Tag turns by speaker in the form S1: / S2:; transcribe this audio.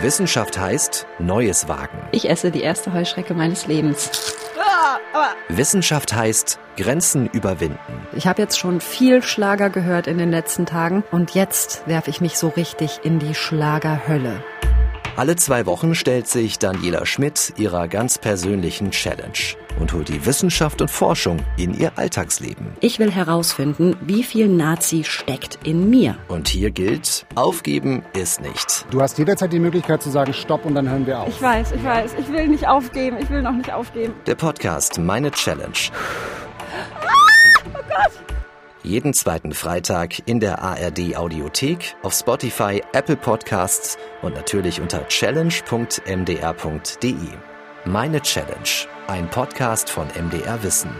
S1: Wissenschaft heißt Neues wagen.
S2: Ich esse die erste Heuschrecke meines Lebens.
S1: Wissenschaft heißt Grenzen überwinden.
S2: Ich habe jetzt schon viel Schlager gehört in den letzten Tagen und jetzt werfe ich mich so richtig in die Schlagerhölle.
S1: Alle zwei Wochen stellt sich Daniela Schmidt ihrer ganz persönlichen Challenge und holt die Wissenschaft und Forschung in ihr Alltagsleben.
S2: Ich will herausfinden, wie viel Nazi steckt in mir.
S1: Und hier gilt, aufgeben ist nicht.
S3: Du hast jederzeit die Möglichkeit zu sagen Stopp und dann hören wir auf.
S4: Ich weiß, ich weiß. Ich will nicht aufgeben. Ich will noch nicht aufgeben.
S1: Der Podcast Meine Challenge. Jeden zweiten Freitag in der ARD Audiothek, auf Spotify, Apple Podcasts und natürlich unter challenge.mdr.de. Meine Challenge, ein Podcast von MDR Wissen.